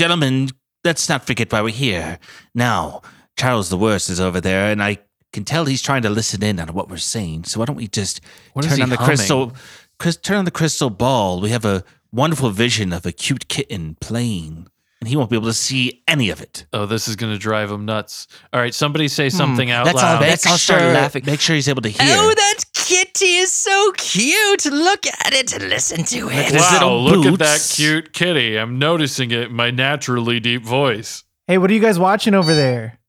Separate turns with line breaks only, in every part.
Gentlemen, let's not forget why we're here. Now, Charles the Worst is over there, and I can tell he's trying to listen in on what we're saying. So why don't we just
What is
turn
he
on the
humming?
crystal crys- turn on the crystal ball. We have a wonderful vision of a cute kitten playing, and he won't be able to see any of it.
Oh, this is going to drive him nuts. All right, somebody say
Hmm,
something out
Let's all,
loud.
let's all start
sure-
laughing. Make sure he's able to hear.
Oh, that kitty is so cute. Look at it and listen to it.
his
wow,
little
look at that
boots.
cute kitty. I'm noticing it in my naturally deep voice.
Hey, what are you guys watching over there?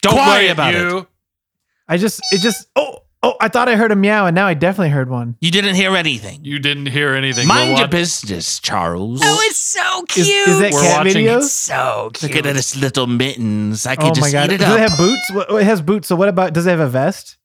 Don't
Quiet
worry
about
about you.
I just, it just, oh, oh, I thought I heard a meow, and now I definitely heard one.
you didn't hear anything.
You didn't hear anything.
Mind
we're
your
wa-
business, Charles.
Oh, it's so
Is,
cute.
is that
We're
cat
watching-
videos?
so
Look
cute.
at his little mittens. I can
oh
just
my god!
eat it
does
up.
it have boots? What- It has boots. So what about? Does it have a vest?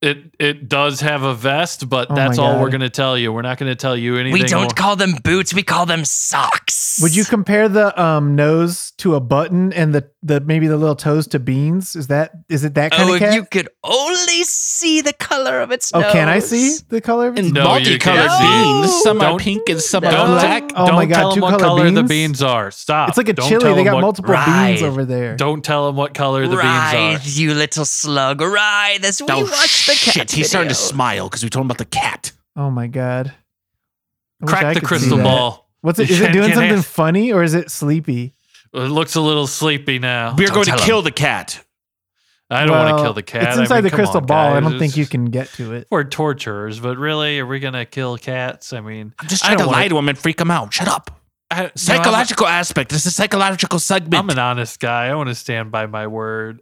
It it does have a vest, but
Oh
that's
my
all
God.
we're going to tell you. We're not going to tell you anything.
We don't
more.
call them boots, we call them socks.
Would you compare the um, nose to a button and the, the maybe the little toes to beans? Is that is it that kind
Oh,
of
if
cat?
you could only see the color of its
oh,
nose.
can I see the color of it?
and
No, you
multicolored
can't.
beans.
No.
Some are
Don't-
pink and some
Don't,
are
No.
black.
Oh
don't
my God,
tell them
two
what
color
color the
beans?
beans are. Stop.
It's like a
Don't
chili.
tell
They
them
got
what-
multiple
Right.
beans over there.
Don't tell them what color the
Writhe,
beans
you little slug. Writhe as we
Oh,
watch the cat.
shit. He's starting to
video.
smile because we told him about the cat.
Oh my god! I
are.
wish I
Crack the
could see
crystal
that.
ball.
What's it?
You
Is it
can't
doing
get
something
it.
funny or is it sleepy?
It looks a little sleepy now.
We're
Oh, Don't
going to
tell him.
kill the cat.
I don't want
Well,
to kill the cat.
It's
I
inside
mean,
the
come
crystal
on,
ball. I
guys.
don't think
It's-
you can get to it.
We're torturers, but really, are we gonna kill cats? I mean,
I'm just
I
trying to
don't wanna-
lie to him and freak him out. Shut up.
I,
Psychological aspect. This is psychological
No,
segment.
I'm, I'm an honest guy. I want to stand by my word.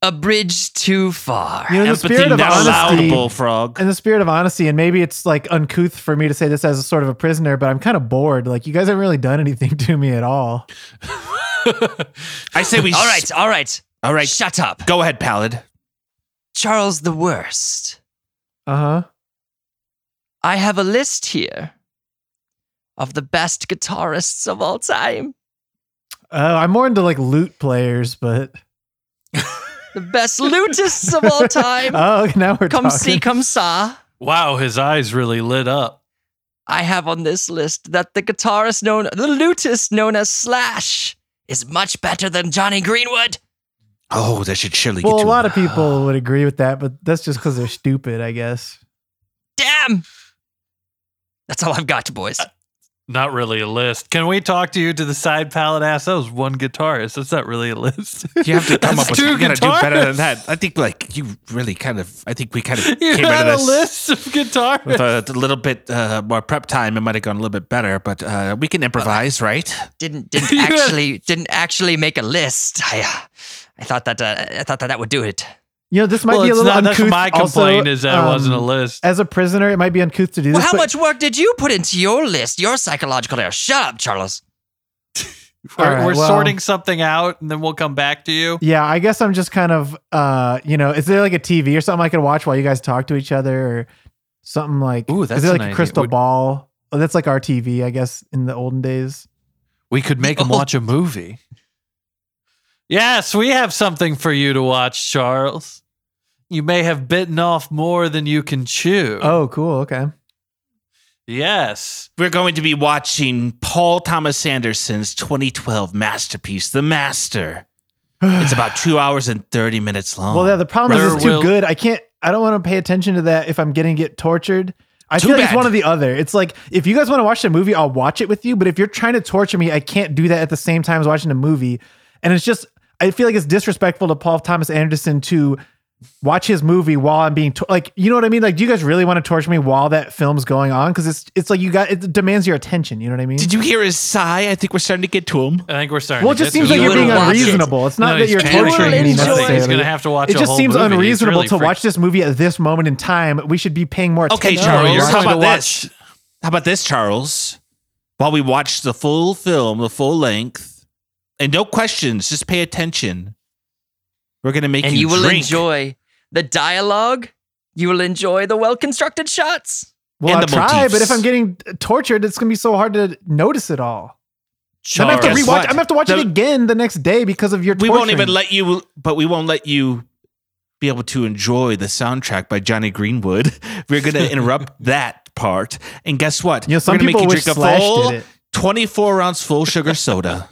A bridge too far.
You know, in the
Empathy
spirit of
not allowed,
honesty,
bullfrog.
in the spirit of honesty, and maybe it's like uncouth for me to say this as a sort of a prisoner, but I'm kind of bored. Like you guys haven't really done anything to me at all.
I say we.
all right, all right,
All right.
Shut up.
Go ahead, Pallid.
Charles the Worst.
Uh huh.
I have a list here of the best guitarists of all time.
Oh, I'm more into like loot players, but
The best lutists of all time.
oh, now we're
come
talking.
see, come saw.
wow, his eyes really lit up.
I have on this list that the guitarist known, the lutist known as Slash, is much better than Johnny Greenwood.
Oh, that should surely
well,
get
a
you.
lot of people would agree with that, but that's just because they're stupid, I guess.
Damn. That's all I've got,
Uh,
boys.
Not really a list. Can we talk to you to the side, pallet ass? That was one guitarist. That's not really a list.
you have to come
That's
up with.
two
You gotta do better than
guitarists.
that. I think, like, you really kind of. I think we kind of
you
came out
had a
of this.
list of guitarists.
With a little bit uh, more prep time, it might have gone a little bit better, but uh, we can improvise, right?
Didn't didn't
You had-
actually didn't actually make a list. I uh, I thought that uh, I thought that that would do it.
You know, this might
well,
be a
it's
little
not, that's
uncouth.
my complaint
also,
is that
um,
it wasn't a list.
As a prisoner, it might be uncouth to do
Well,
this.
how
but-
much work did you put into your list? Your psychological error. Shut up, Charles.
We're,
all right,
we're
well-
sorting something out, and then we'll come back to you.
Yeah, I guess I'm just kind of, uh, you know, is there like a TV or something I could watch while you guys talk to each other or something like?
Ooh,
is
that's
there
an
like a
idea.
crystal
Would-
ball? Oh, that's like our TV, I guess, in the olden days.
We could make him
Oh.
watch a movie. Yes, we have something for you to watch, Charles. You may have bitten off more than you can chew.
Oh, cool. Okay.
Yes.
We're going to be watching Paul Thomas Anderson's 2012 masterpiece, The Master. It's about two hours and 30 minutes long.
Well, yeah, the problem is
There
it's too
will-
good. I can't. I don't want to pay attention to that if I'm getting get tortured. I
Too
feel like it's
bad.
one or the other. It's like if you guys want to watch the movie, I'll watch it with you. But if you're trying to torture me, I can't do that at the same time as watching a movie. And it's just, I feel like it's disrespectful to Paul Thomas Anderson to watch his movie while I'm being tor- like, you know what I mean? Like, do you guys really want to torture me while that film's going on? Because it's it's like you got it demands your attention. You know what I mean?
Did you hear his sigh? I think we're starting to get to him.
I think we're starting
well, it
to
just
get
seems
to
like
You
you're being
would watch
unreasonable.
it.
It's not
No,
that
he's
you're
kidding.
torturing me
He's gonna
necessarily.
have to watch
It
a
just
whole
seems
movie. He's
unreasonable
really
to
freaked-
watch this movie at this moment in time. We should be paying more
Okay,
attention.
Charles,
No, you're
how
trying to
about
watch.
this? How about this, Charles? While we watch the full film, the full length, and no questions, just pay attention. We're going to make
And
you
you will
drink.
enjoy the dialogue. You will enjoy the well constructed shots.
Well,
And
I'll
the
try,
motifs.
but if I'm getting tortured, it's gonna be so hard to notice it all. Then I have to
Guess
rewatch.
what?
I'm gonna have to watch
The-
it again the next day because of your.
We
Torturing.
won't even let you, but we won't let you be able to enjoy the soundtrack by Johnny Greenwood. We're going to interrupt that part. And guess what?
You know, some
We're gonna
people
make you
wish
drink a
Slash
full
did it.
24 ounce full sugar soda.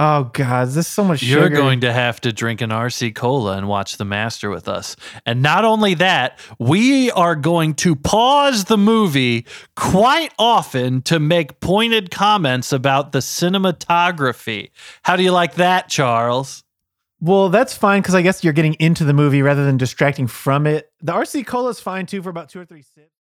Oh God, there's so much
You're
sugar.
going to have to drink an RC Cola and watch The Master with us. And not only that, we are going to pause the movie quite often to make pointed comments about the cinematography. How do you like that, Charles?
well, that's fine because I guess you're getting into the movie rather than distracting from it. The RC cola is fine too for about two or three sips.